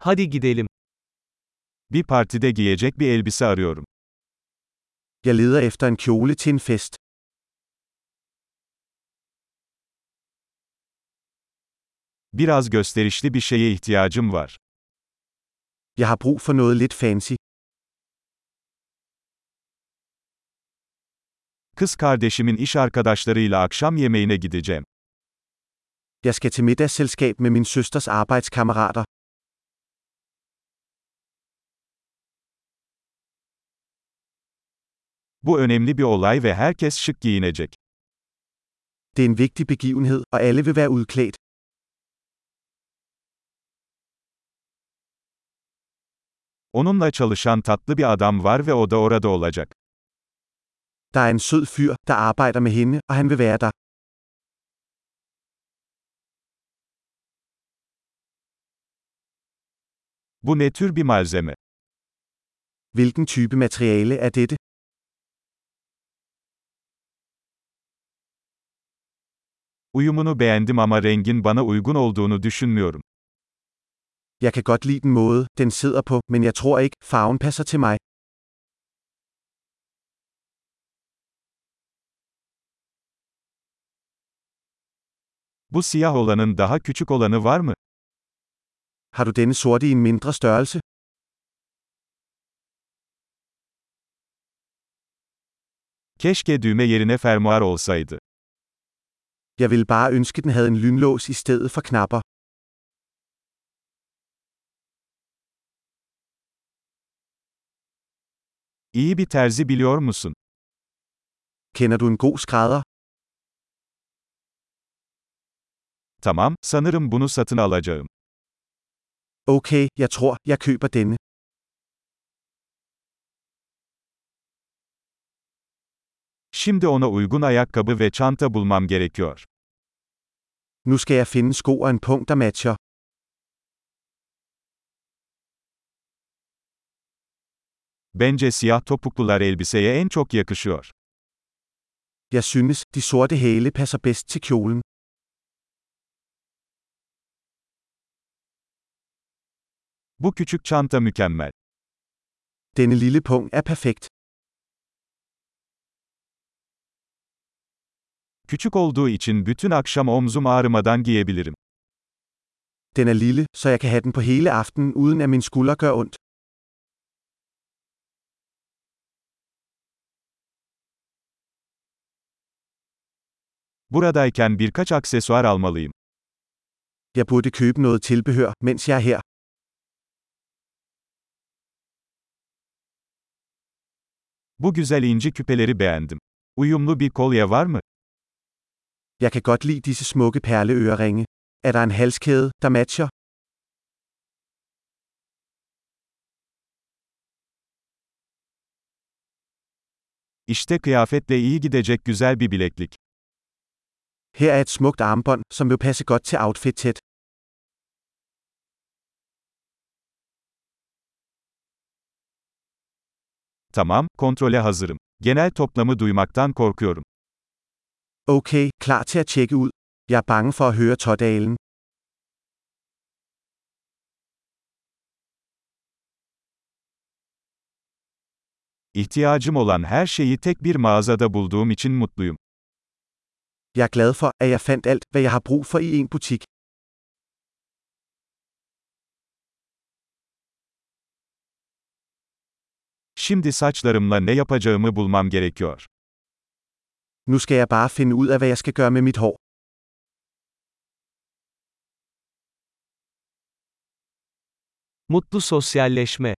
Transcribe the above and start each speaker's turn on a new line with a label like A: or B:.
A: Hadi gidelim.
B: Bir partide giyecek bir elbise arıyorum.
C: Jeg leder efter en kjole til en fest.
B: Biraz gösterişli bir şeye ihtiyacım var.
C: Jeg har brug for noget lidt fancy.
B: Kız kardeşimin iş arkadaşlarıyla akşam yemeğine gideceğim.
C: Jeg skal til middagsselskab med min søsters arbejdskammerater.
B: Bu önemli bir olay ve herkes şık giyinecek.
C: Det er en vigtig begivenhed, og alle vil være udklædt.
B: Onunla çalışan tatlı bir adam var ve o da orada olacak.
C: Der er en sød fyr, der arbejder med hende, og han vil være der.
B: Bu ne tür bir malzeme?
C: Hvilken type materiale er dette?
B: Uyumunu beğendim ama rengin bana uygun olduğunu düşünmüyorum.
C: Jeg kan godt lide den måde, den sidder på, men jeg tror ikke, farven passer til mig.
B: Bu siyah olanın daha küçük olanı var mı?
C: Har du denne sorte i en mindre størrelse?
B: Keşke düğme yerine fermuar olsaydı.
C: Jeg ville bare ønske, den havde en lynlås i stedet for knapper.
B: İyi bir terzi biliyor musun?
C: Kender du en god skrædder?
B: Tamam, sanırım bunu satın alacağım.
C: Okay, jeg tror, jeg køber denne.
B: Şimdi ona uygun ayakkabı ve çanta bulmam gerekiyor.
C: Nu skal jeg finde sko og en punkt, der matcher.
B: Bence siyah topuklular elbiseye en çok yakışıyor.
C: Jeg synes, de sorte hæle passer bedst til kjolen.
B: Bu küçük çanta mükemmel.
C: Denne lille punkt er perfekt.
B: Küçük olduğu için bütün akşam omzum ağrımadan giyebilirim.
C: Den er lille, så jeg kan have den på hele aftenen, uden at min skulder gør ondt.
B: Buradayken birkaç aksesuar almalıyım.
C: Jeg burde købe noget tilbehør, mens jeg er her.
B: Bu güzel inci küpeleri beğendim. Uyumlu bir kolye var mı?
C: Jeg kan godt lide disse smukke perleøreringe. Er der en halskæde, der matcher?
B: İşte kıyafetle iyi gidecek güzel bir bileklik.
C: Her er et smukt armbånd, som vil passe godt til outfit-tæt.
B: Tamam, kontrole hazırım. Genel toplamı duymaktan korkuyorum.
C: Okay, klar til at tjekke ud. Jeg er bange for at høre tådalen.
B: İhtiyacım olan her şeyi tek bir mağazada bulduğum için mutluyum.
C: Jeg er glad for, at jeg fandt alt, hvad jeg har brug for i en butik.
B: Şimdi saçlarımla ne yapacağımı bulmam gerekiyor.
C: Nu skal jeg bare finde ud af, hvad jeg skal gøre med mit hår.
A: Mutlu sosyalleşme.